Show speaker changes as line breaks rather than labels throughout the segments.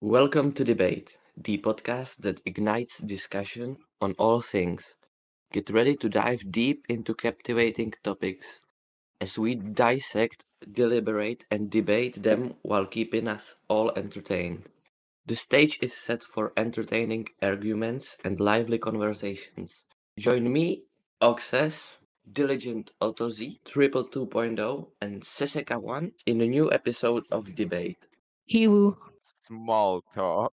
Welcome to Debate, the podcast that ignites discussion on all things. Get ready to dive deep into captivating topics as we dissect, deliberate, and debate them while keeping us all entertained. The stage is set for entertaining arguments and lively conversations. Join me, Oxes, Diligent Otozi, Triple Two oh, and Seseka One in a new episode of Debate.
Ew.
Small talk.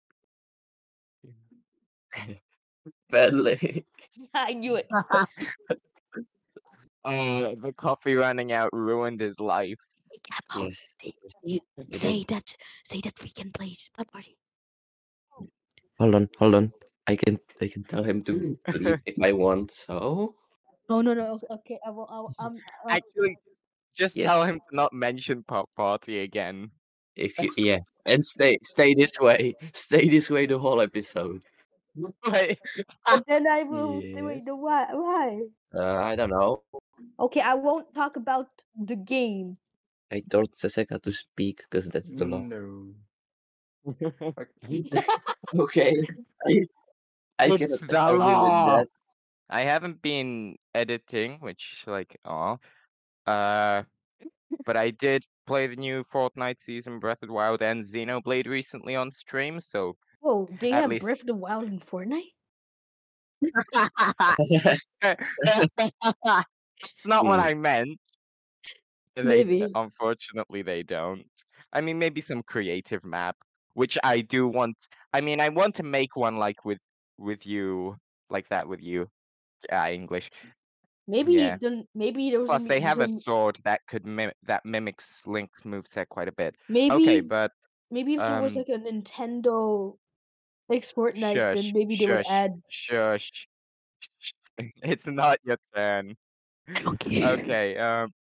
Badly.
I knew it.
Uh, the coffee running out ruined his life.
Oh,
Yes.
Say that. Say that we can play Bad Party.
Hold on, hold on. I can I can tell him to to leave if I want. So
Oh no no. o- Okay. I will. I will um. uh,
Actually, just tell
Yes.
him to not mention pop party again.
if you yeah, and stay stay this way, stay this way the whole episode.
Wait,
and then I will. do Wait.
Yes.
No, why? Why?
Uh, I don't know.
Okay. I won't talk about the game.
I told Seseka to speak because that's the law.
No. Fuck.
Okay. I, I
Mm. It's
cannot
the
argue with
law.
that.
I haven't been editing, which like oh, uh, but I did play the new Fortnite season, Breath of the Wild, and Xenoblade recently on stream. So
Whoa. They
At
have
least-
Breath of the Wild in Fortnite.
it's not what
Mm.
I meant. They d-
Hmm. Maybe.
unfortunately, they don't. I mean, maybe some creative map, which I do want. I mean, I want to make one like with with you, like that with you, uh, English.
Maybe
Yeah.
it didn't. Maybe there was.
Plus,
a
they
mi-
have a
some-
sword that could mim- that mimics Link's moveset quite a bit.
Maybe.
okay, but
maybe if there was
um,
like a Nintendo. Like Fortnite,
Shush,
then maybe they would
shush.
add.
shush, it's not your turn. Uh, Okay. Um.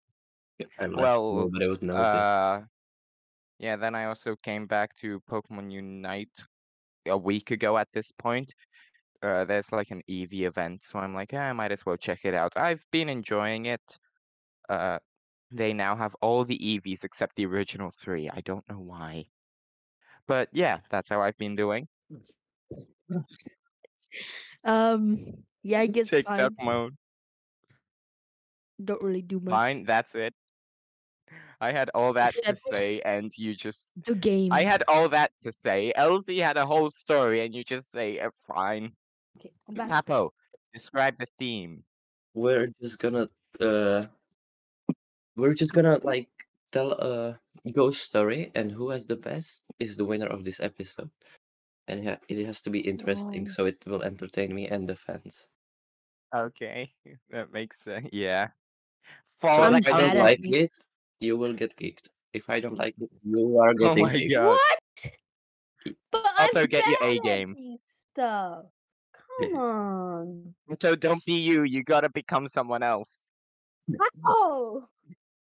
I like
Well,
nobody would know.
Uh, yeah, then I also came back to Pokemon Unite a week ago at this point. Uh, there's like an EV event, so I'm like, "Ah, I might as well check it out. I've been enjoying it. Uh, they now have all the EVs except the original three. I don't know why. But yeah, that's how I've been doing.
Um. Yeah, I guess I
TikTok mode.
don't really do much.
Mine, that's it. I had all that
Except-
to say, and you just.
The game.
I had all that to say. Elsie had a whole story, and you just say, "Eh, fine.
Okay, I'm back.
Papo, describe the theme.
we're just gonna uh we're just gonna like tell a ghost story and who has the best is the winner of this episode and ha- it has to be interesting
Oh.
Wow.
so it will entertain me and the fans
Okay, that makes sense. Yeah.
so
I'm
if
Fallout.
i
bad
don't
at
like
it.
it you will get kicked if i don't like it you are
Oh
getting
my
kicked
god.
What? But
Also
I'm
get your
bad
A
at
game.
these Stuff. Come on.
So don't be you. You gotta become someone else.
Oh.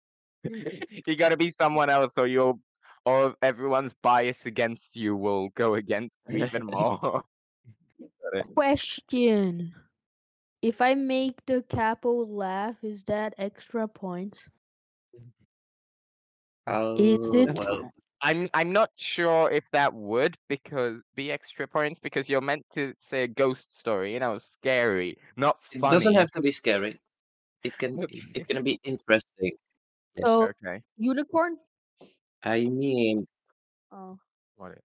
you gotta be someone else, or you'll, or everyone's bias against you will go against you even more.
Question. If I make the capo laugh, is that extra points? Is
Oh,
it?
well,
I'm I'm not sure if that would because be extra points because you're meant to say a ghost story, you know, scary, not
it
funny.
doesn't have to be scary it can it,
Okay.
it can be interesting Yes.
So
Okay.
unicorn?
i mean
Oh.
What it-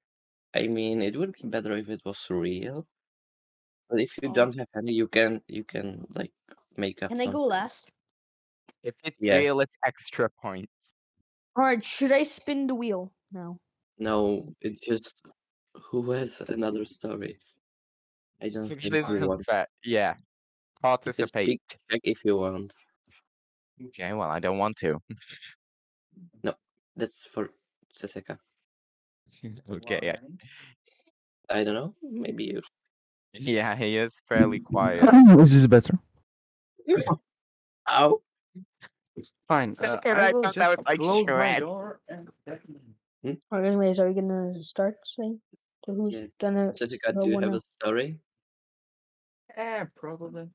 I mean, it would be better if it was real. But if you
Oh.
don't have any, you can you can like make up.
Can I
some-
go last?
If it's
Yeah.
real, it's extra points.
Alright, should I spin the wheel? No.
No, it's just who has another story. I don't
Th-
think
this
we
isn't
want.
fair. Yeah.
Just
Participate.
pick check if you want.
Okay, well, I don't want to.
That's for Seseka.
Okay, yeah.
Why?
I don't know. Maybe you.
Yeah, he is fairly quiet.
this is better.
Ow!
Fine.
So
uh,
good, I
I will
thought that
just
was like
close my
Shrek.
door and let me-
Alright, anyways, are we gonna start saying to who's
Yeah.
gonna
Seseka,
the
do you
one
have
who-
a story?
Eh, probably.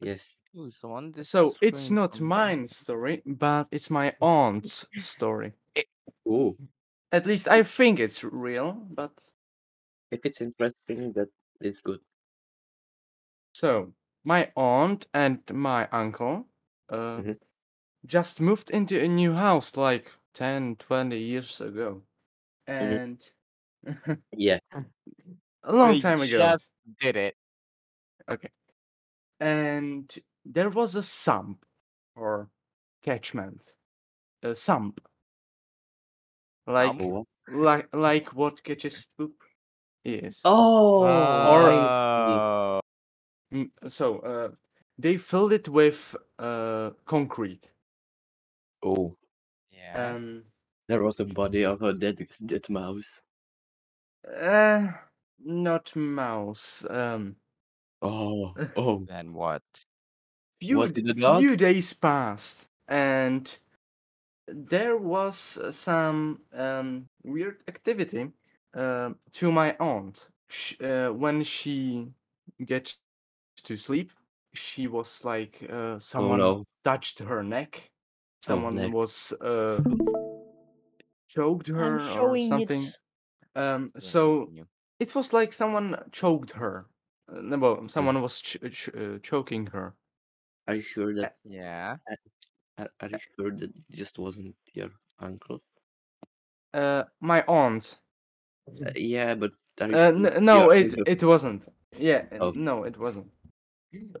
Yes.
Ooh, someone just
So it's
screamed
not
something.
mine story, but it's my aunt's story.
Ooh.
At least I think it's real, but
If it's interesting, that is good.
So my aunt and my uncle uh,
Mm-hmm.
Mhm.
just moved into a new house like 10, 20 years ago.
Mm-hmm.
And
Yeah.
a long
They
time ago.
Just did it.
and there was a sump or catchment a sump like
Sump?
like like what catches poop is
Oh.
Oh.
Mm, so uh they filled it with uh concrete
oh.
Yeah.
um
There was a body of a dead dead mouse.
uh not mouse um
Oh. Oh.
Then what?
few,
Was it a dog?
few days passed and there was uh, some um, weird activity uh, to my aunt Sh uh, when she gets to sleep she was like uh, someone
Oh no. Oh,
touched her neck someone
neck.
was uh, choked her or
showing it.
something um,
Yeah,
so
continue.
it was like someone choked her uh, no,
Mm.
well, someone was ch- ch- uh, choking her
Are you sure that?
Yeah.
Are, are you sure that just wasn't your uncle?
uh my aunt
Uh, yeah, but. Are you
uh
sure
n-
that
no
your
it
uncle-
it wasn't yeah uh,
Oh.
no it wasn't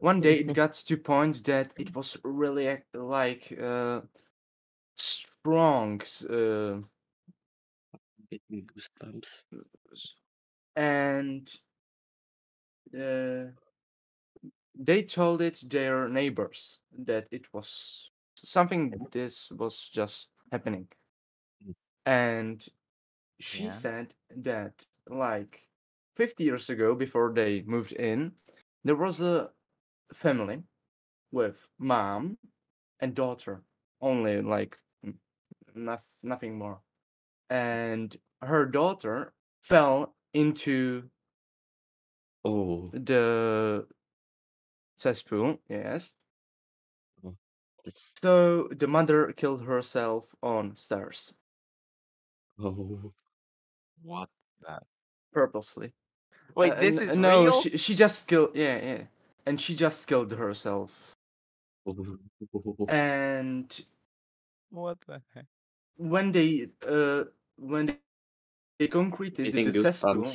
one day it got to point that it was really ac- like uh strong s- uh,
Getting goosebumps.
s- and uh they told it their neighbors that it was something this was just happening
Mm.
and she
Yeah.
said that like 50 years ago before they moved in there was a family with mom and daughter only like n- noth- nothing more and her daughter fell into
Oh,
the cesspool yes
it's
so the mother killed herself on stairs
oh.
What?
purposely
Wait,
Uh,
this
n-
is
no
real?
she, she just killed yeah yeah and she just killed herself
oh.
Uh, and
What the heck?
when they uh when they, they concreted
Getting
the cesspool
goosebumps.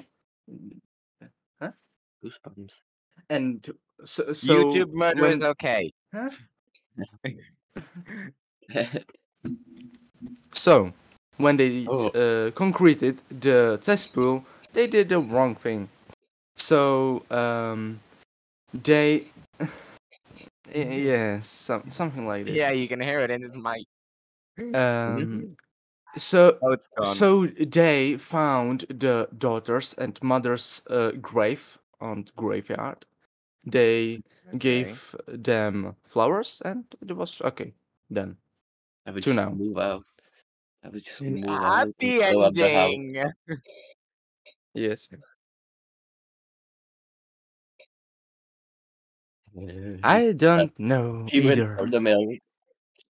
Goosebumps.
and so, so
YouTube murder
when-
is okay.
Huh? so when they
Oh.
uh, concreted the cesspool they did the wrong thing so um they Y- yeah some, something like that
Yeah, you mm-hmm. can hear it in his mic.
um so
Oh, it's gone.
So they found the daughter's and mother's uh, grave on the graveyard. They
Okay.
gave them flowers, and it was okay. Then
I would
To
just
now.
move out. I would just move out. and
happy
blow up the house.
ending.
yes, I don't know
He went
either.
for the milk.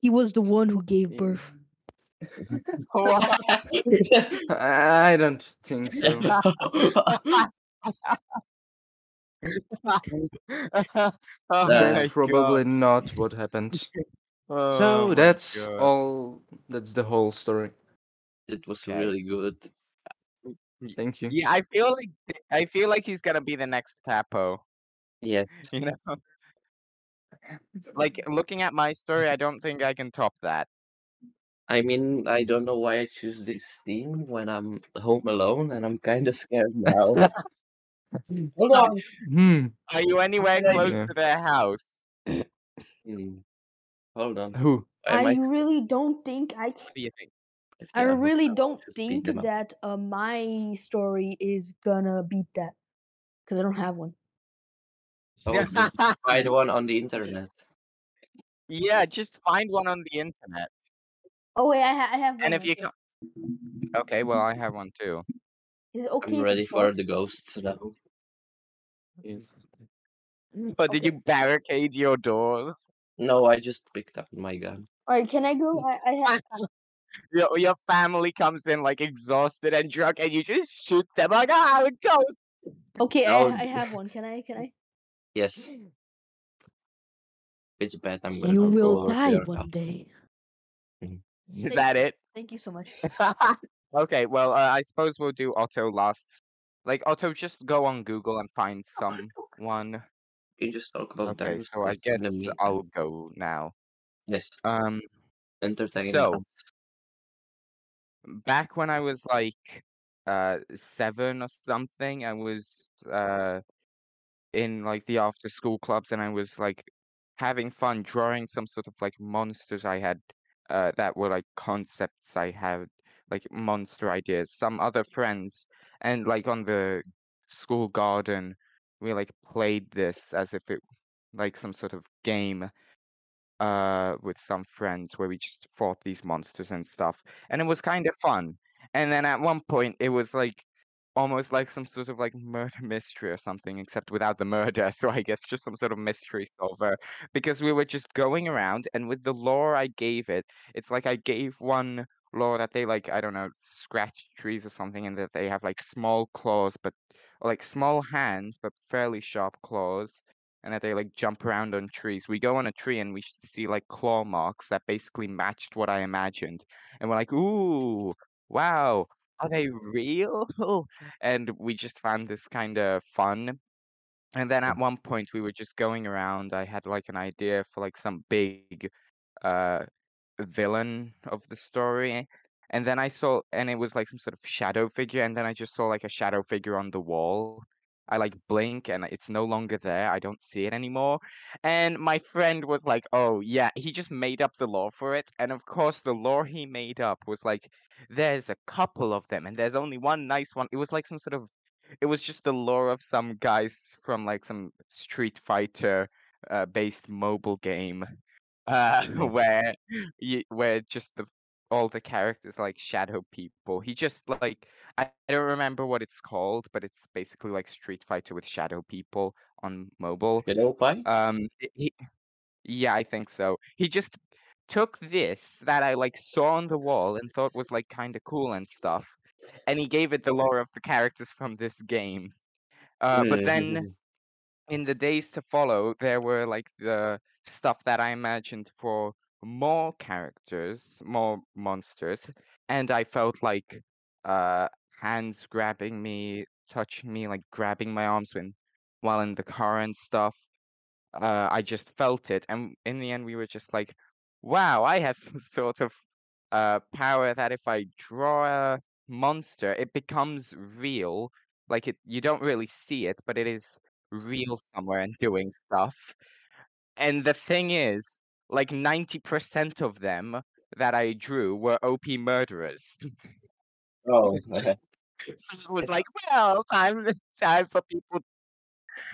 He was the one who gave birth.
What?
I I don't think so.
Oh
That's
my
that's probably
God.
not what happened.
Oh
so
my
that's
God.
all. That's the whole story.
It was
Okay.
really good.
Thank you.
Yeah, I feel like I feel like he's gonna be the next capo.
Yeah.
You know, like looking at my story, I don't think I can top that.
I mean, I don't know why I choose this theme when I'm home alone and I'm kind of scared now. Hold on.
Hmm.
Are you anywhere close
Yeah.
to their house?
Hmm. Hold on.
Who?
Am
I really don't think I.
What do you think?
if they
I
are home
really
alone,
don't
should beat
think
them up.
that uh, my story is gonna beat that because I don't have one.
Oh, you find one on the internet.
yeah, just find one on the internet.
Oh wait, I, ha- I have one.
And if
right
you
here.
can Okay, well I have one too.
is it okay?
I'm
if
ready
you
for
talk?
the ghosts now.
But did
Okay.
you barricade your doors?
No, I just picked up my gun.
All right, can I go? I, I have.
your, your family comes in like exhausted and drunk, and you just shoot them like, ah, I'm a ghost.
Okay,
Oh,
I, I have one. Can I? Can I?
Yes. It's bad. I'm gonna
You
go
will
over to
die
your
one
house.
day.
Mm-hmm.
Is that it?
Thank you so much.
okay, well, uh, I suppose we'll do Otto last. Like Otto, just go on Google and find someone.
You just talk about
Okay, so I
dinosaurs in
guess
the meantime.
I'll go now.
yes
Um,
entertain.
So,
us.
back when I was like uh seven or something, I was uh in like the after school clubs and I was like having fun drawing some sort of like monsters I had uh that were like concepts I had like monster ideas, some other friends and like on the school garden we like played this as if it like some sort of game uh with some friends where we just fought these monsters and stuff and it was kind of fun and then at one point it was like almost like some sort of like murder mystery or something except without the murder so i guess just some sort of mystery solver because we were just going around and with the lore i gave it it's like i gave one lore that they like i don't know scratch trees or something and that they have like small claws but or like small hands but fairly sharp claws and that they like jump around on trees. We go on a tree and we sh- see like claw marks that basically matched what I imagined. And we're like, ooh, wow, are they real? And we just found this kind of fun. And then at one point we were just going around. I had like an idea for like some big uh villain of the story. And then I saw and it was like some sort of shadow figure, and then I just saw like a shadow figure on the wall. I like blink and it's no longer there. I don't see it anymore. And my friend was like, "Oh, yeah, he just made up the law for it." And of course, the law he made up was like there's a couple of them and there's only one nice one. It was like some sort of it was just the lore of some guys from like some Street Fighter uh, based mobile game uh
Yeah.
where you, where just the all the characters like shadow people. He just like I I don't remember what it's called, but it's basically like Street Fighter with shadow people on mobile.
Shadow Pie?
Um, it- he, yeah, I think so. He just took this that I like saw on the wall and thought was like kind of cool and stuff, and he gave it the lore of the characters from this game. Uh, but then
Mhm.
in the days to follow, there were like the stuff that I imagined for more characters, more monsters, and I felt like uh hands grabbing me, touching me, like grabbing my arms when while in the car and stuff. Uh, I just felt it, and in the end, we were just like, "Wow, I have some sort of uh power that if I draw a monster, it becomes real. Like it, you don't really see it, but it is." real somewhere and doing stuff. And the thing is, like 90% of them that I drew were OP murderers.
Oh,
so it was like, well, time time for people.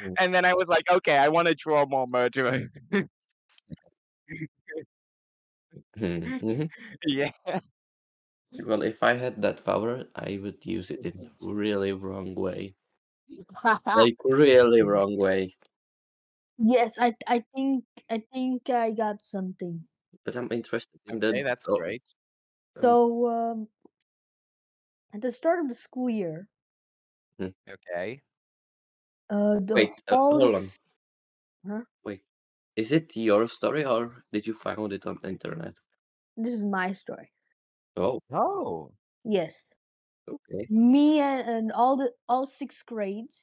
Mm.
And then I was like, okay, I want to draw more murderers.
Mm-hmm.
Mhm.
yeah.
well, if I had that power, I would use it in a
Mm-hmm.
really wrong way. Like, really wrong way.
Yes, I I think I think I got something.
But I'm interested in the.
okay, that's
oh,
great.
um,
So um, at the start of the school year,
Okay.
uh, the
Wait, uh,
hall
hold
is-
on. Is it your story or did you find it on the internet?
This is my story.
Oh,
Oh.
Yes,
okay.
me and, and all the all six grades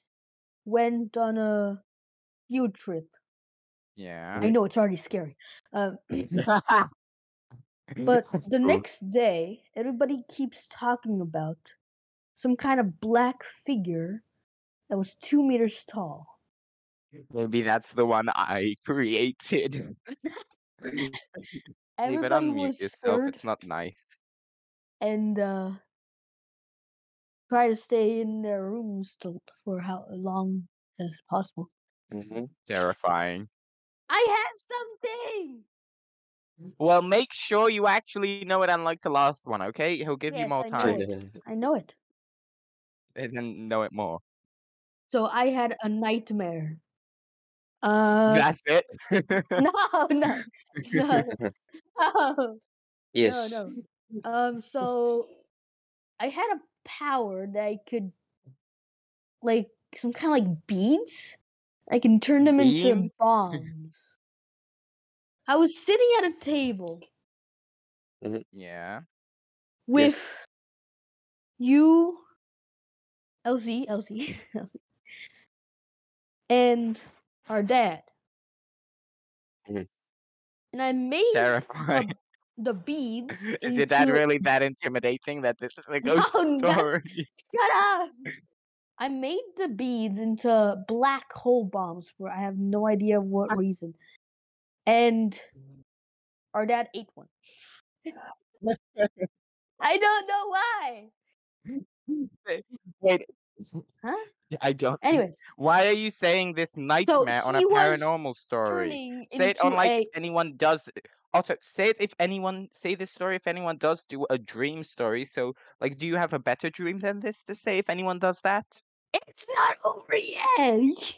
went on a field trip.
Yeah.
I know it's already scary. Um, but the
True.
next day, everybody keeps talking about some kind of black figure that was two meters tall.
Maybe that's the one I created. Leave it
Everybody
unmute
was
yourself.
scared
It's not nice.
and uh, try to stay in their rooms to, for how long as possible.
Mm-hmm.
Mhm.
Terrifying.
I have something.
Well, make sure you actually know it, unlike the last one, okay? He'll give you
Yes,
more
I know
time
it. I know it.
and then know it more.
So I had a nightmare. Uh,
That's it.
no, Oh. no, no, no,
yes.
no. Um, so I had a power that I could, like, some kind of like beads. I can turn them into
Beams?
bombs. I was sitting at a table
Yeah.
with you, Elsie, Elsie, Elsie, and our dad.
Mhm.
And I made
Mm-hmm. Terrifying.
the beads.
Is your dad
into-
really that intimidating that this is a
No,
ghost
that's-
story?
Shut up! I made the beads into black hole bombs for I have no idea
Uh-huh.
what reason. And our dad ate one. I don't know why.
Wait.
Huh?
I don't.
Anyways,
Why are you saying this nightmare on a
he was
paranormal story?
turning
Say it
into
on like
a
if anyone does. Otto, say it if anyone say this story if anyone does do a dream story. So, like, do you have a better dream than this to say if anyone does that?
It's not over yet.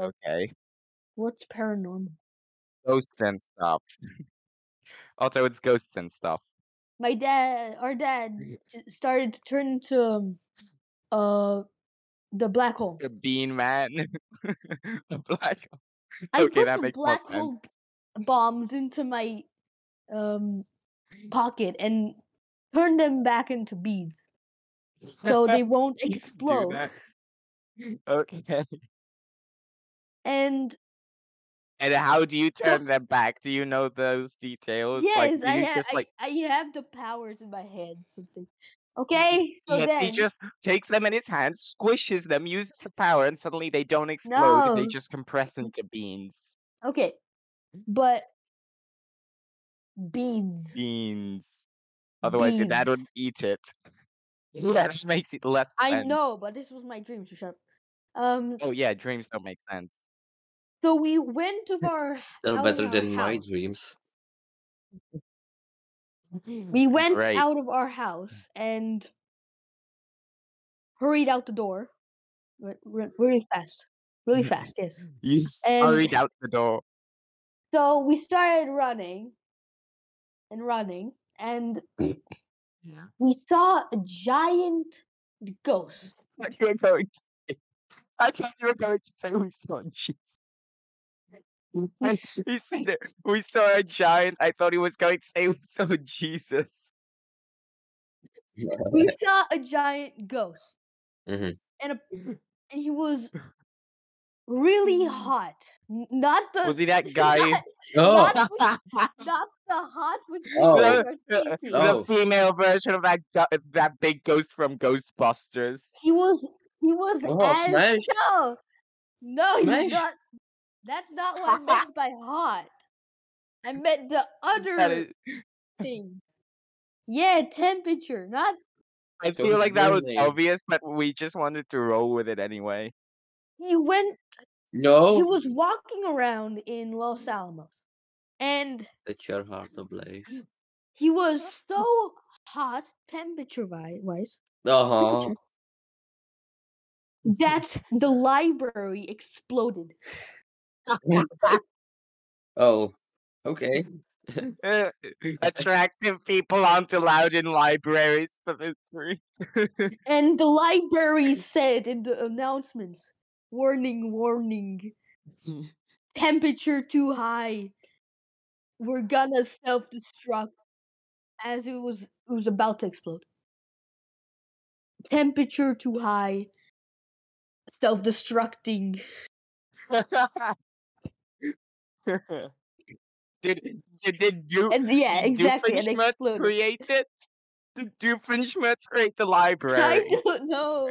Okay,
What's paranormal?
ghosts and stuff. Otto, it's ghosts and stuff.
My dad, our dad, j- started to turn into um, uh the black hole.
The Bean Man, the black.
I
Okay,
put
that
the
makes more
black
sense.
hole b- bombs into my um pocket and turned them back into beads, so they won't
You can do
explode.
that. Okay.
And
And how do you turn them back? Do you know those details?
yes,
like, do
I
you
have
just like
I, I have the powers in my head. Something. Okay, so
yes, he
then
just takes them in his hand, squishes them, uses the power, and suddenly they don't explode. They
No.
just compress into beans.
okay, but beads.
Beans. Otherwise, your dad
Beans.
would eat it. Yeah, that makes it less.
I
sense.
know, but this was my dream. So shut up. Um,
Oh yeah, dreams don't make sense.
so we went to our.
They're
out
better
of our
than my
house.
dreams.
We went
Mm, Right.
out of our house and hurried out the door, re- re- really fast,
Mm,
really fast. Yes.
You
And-
scurried out the door.
So we started running and running, and we saw a giant ghost.
Like you were going to say. I thought you were going to say we saw Jesus.
We
I-
s-
He said it. We saw a giant. I thought he was going to say we saw Jesus.
we saw a giant ghost
Mm-hmm.
Mhm.
and a and he was really hot N- not the
Mm. Was he that guy?
not,
Oh,
not, with- not the hot with you
Oh.
guys are
Uh,
thinking
Oh.
The female version of that gu- that big ghost from Ghostbusters.
he was he was
oh,
as
smash!
no no
Smash.
he's not that's not what i meant by hot i meant the other
That is,
thing yeah temperature not
I feel like that was
Ghostburning.
obvious, but we just wanted to roll with it anyway.
he went he
No,
was walking around in los alamos and
let your heart ablaze.
he was so hot temperature wi- wise
Uh huh.
that the library exploded
Oh, okay.
Uh, Attractive people aren't allowed in libraries for this reason.
and the library said in the announcements warning warning temperature too high we're gonna self-destruct as it was it was about to explode temperature too high self-destructing
did did did do
and yeah
did
exactly and
Doofenshmirtz
exploded
create it? Did Doofenshmirtz create the
I
library?
don't know.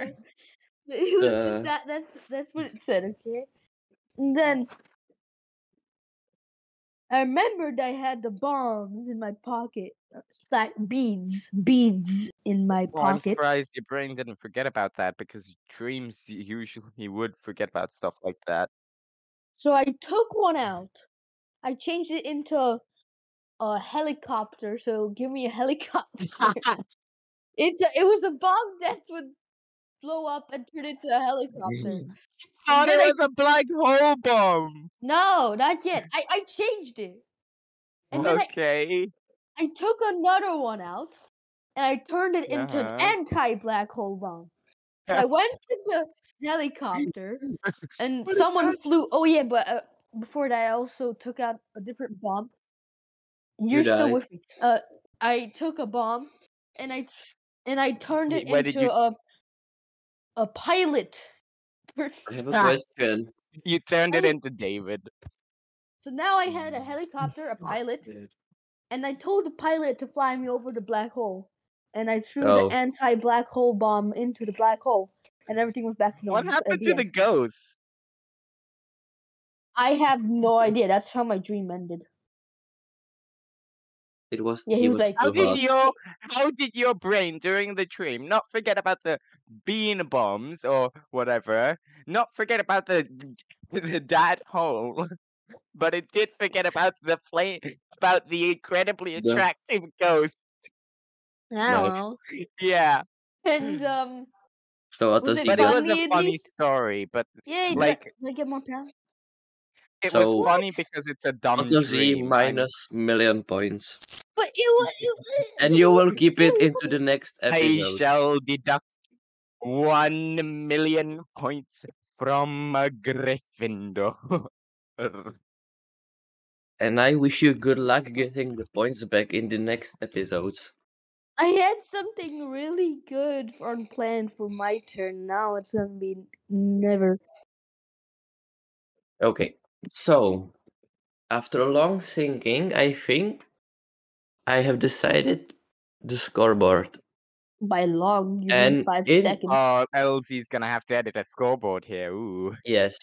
It was
Uh.
just that. That's that's what it said. Okay. And then I remembered I had the bombs in my pocket, uh, slash beads, beads in my
Well, Oh, I'm
pocket.
surprised your brain didn't forget about that because dreams y- usually would forget about stuff like that.
So I took one out. I changed it into a helicopter. So give me a helicopter. it's a, it was a bomb that would blow up and turn into a helicopter.
Thought it
then I-
was a black hole bomb.
No, not yet. I I changed it, and then I
Okay.
I took another one out. and I turned it into an
Uh-huh.
anti-black hole bomb. I went to the helicopter, and someone flew. Oh yeah, but uh, before that, I also took out a different bomb. You're still
died.
with me. Uh, I took a bomb, and I tr- and I turned
Wait,
it
where did
into
you-
a a pilot.
I have a
Ah.
question.
You turned it
Wait.
into David.
So now I had a
Mm.
helicopter, a pilot,
Dude.
and I told the pilot to fly me over the black hole. And I threw
Oh.
the anti-black hole bomb into the black hole, and everything was back to normal.
What
at
happened to
end.
the ghost?
I have no idea. That's how my dream ended.
It was.
Yeah, he was like-
How
too hot.
did your how did your brain during the dream not forget about the bean bombs or whatever? Not forget about the the that hole, but it did forget about the flame about the incredibly
The-
attractive ghost.
I don't
Nice.
know.
Yeah,
And um,
So what
Was
does
it
he
but
get?
it was
funny
a
at
funny
least?
story. But
yeah, did I-
Like-
did I get more pounds?
it
So-
was funny because it's a dumb
What does he
dream. I'm-
minus million points?
But it was. It, wa-
And you will keep it
it
into the next
I
episode.
shall deduct one million points from a Gryffindor.
And I wish you good luck getting the points back in the next episodes.
I had something really good on plan for my turn. Now it's gonna be never.
Okay. So, after long thinking, I think I have decided the scoreboard.
By long, you mean
And
five
in
seconds.
Oh, Elsie's gonna have to edit a scoreboard here. Ooh,
Yes.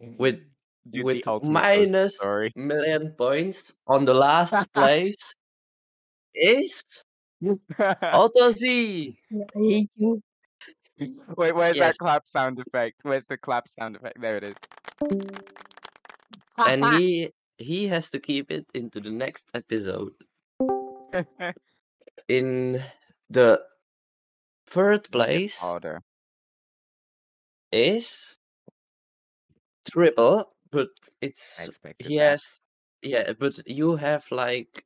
With
do the
with
ultimate ghost
minus
story.
million points on the last place is Otto Z.
I hate you.
Wait, where's
Yes.
that clap sound effect? Where's the clap sound effect? There it is.
And he he has to keep it into the next episode. In the third place
Harder.
is triple, but
I
it's
expected.
he
that.
has yeah, but you have like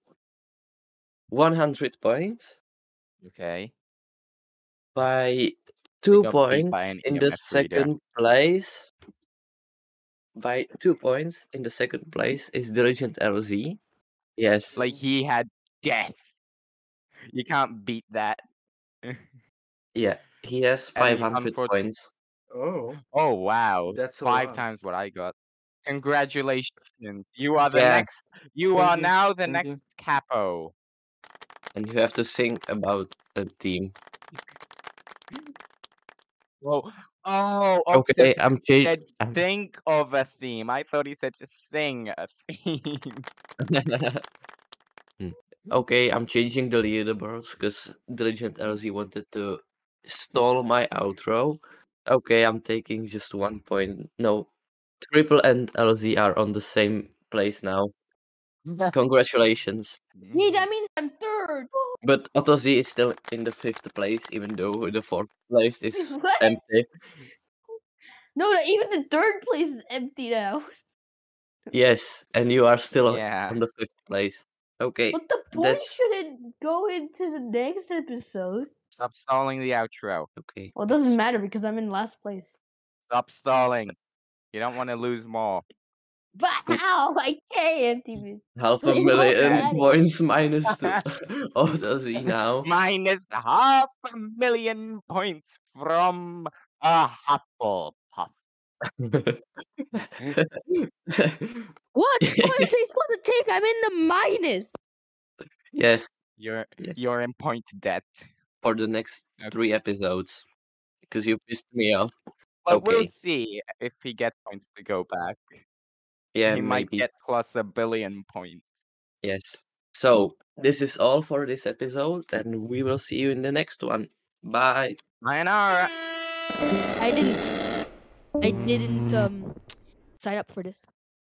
one hundred points
Okay.
by two
got beat
points
by an E
in the
EMF reader.
second place. By two points in the second place is Diligent LZ. Yes.
Like he had death. You can't beat that.
yeah, he has five hundred
unfortu-
points.
Oh,
Oh wow.
that's a
Five
lot.
times what I got. Congratulations. You are the
Yeah.
next you
Thank
are
you,
now the
thank you.
next capo.
And you have to think about a team.
Whoa. Oh,
Okay,
okay.
I'm changing.
said think of a theme. I thought he said to sing a theme.
okay, I'm changing the leaderboards because Diligent LZ wanted to stall my outro. Okay, I'm taking just one point. No, Triple and LZ are on the same place now. Congratulations.
Yeah, that means I'm third.
But Otto Z is still in the fifth place, even though the fourth place is
What?
empty.
No, no, even the third place is empty now.
Yes, and you are still
yeah.
on the fifth place. Okay,
But the
That's-
points shouldn't go into the next episode.
Stop stalling the outro.
okay.
Well, it doesn't matter because I'm in last place.
Stop stalling. You don't want to lose more.
But how? I can't even.
Half a
Look at
million
it.
points minus two. Otto Z now.
Minus half a million points from a Hufflepuff.
What points are you supposed to take? I'm in the minus.
yes,
You're
Yes.
you're in point debt.
for the next
Okay.
three episodes. Because you pissed me off.
But we'll
Okay.
see if he gets points to go back.
Yeah,
he might
maybe.
get Mm. plus a billion points.
Yes. So, this is all for this episode, and we will see you in the next one. Bye.
Sayonara.
I didn't. I didn't um sign up for this.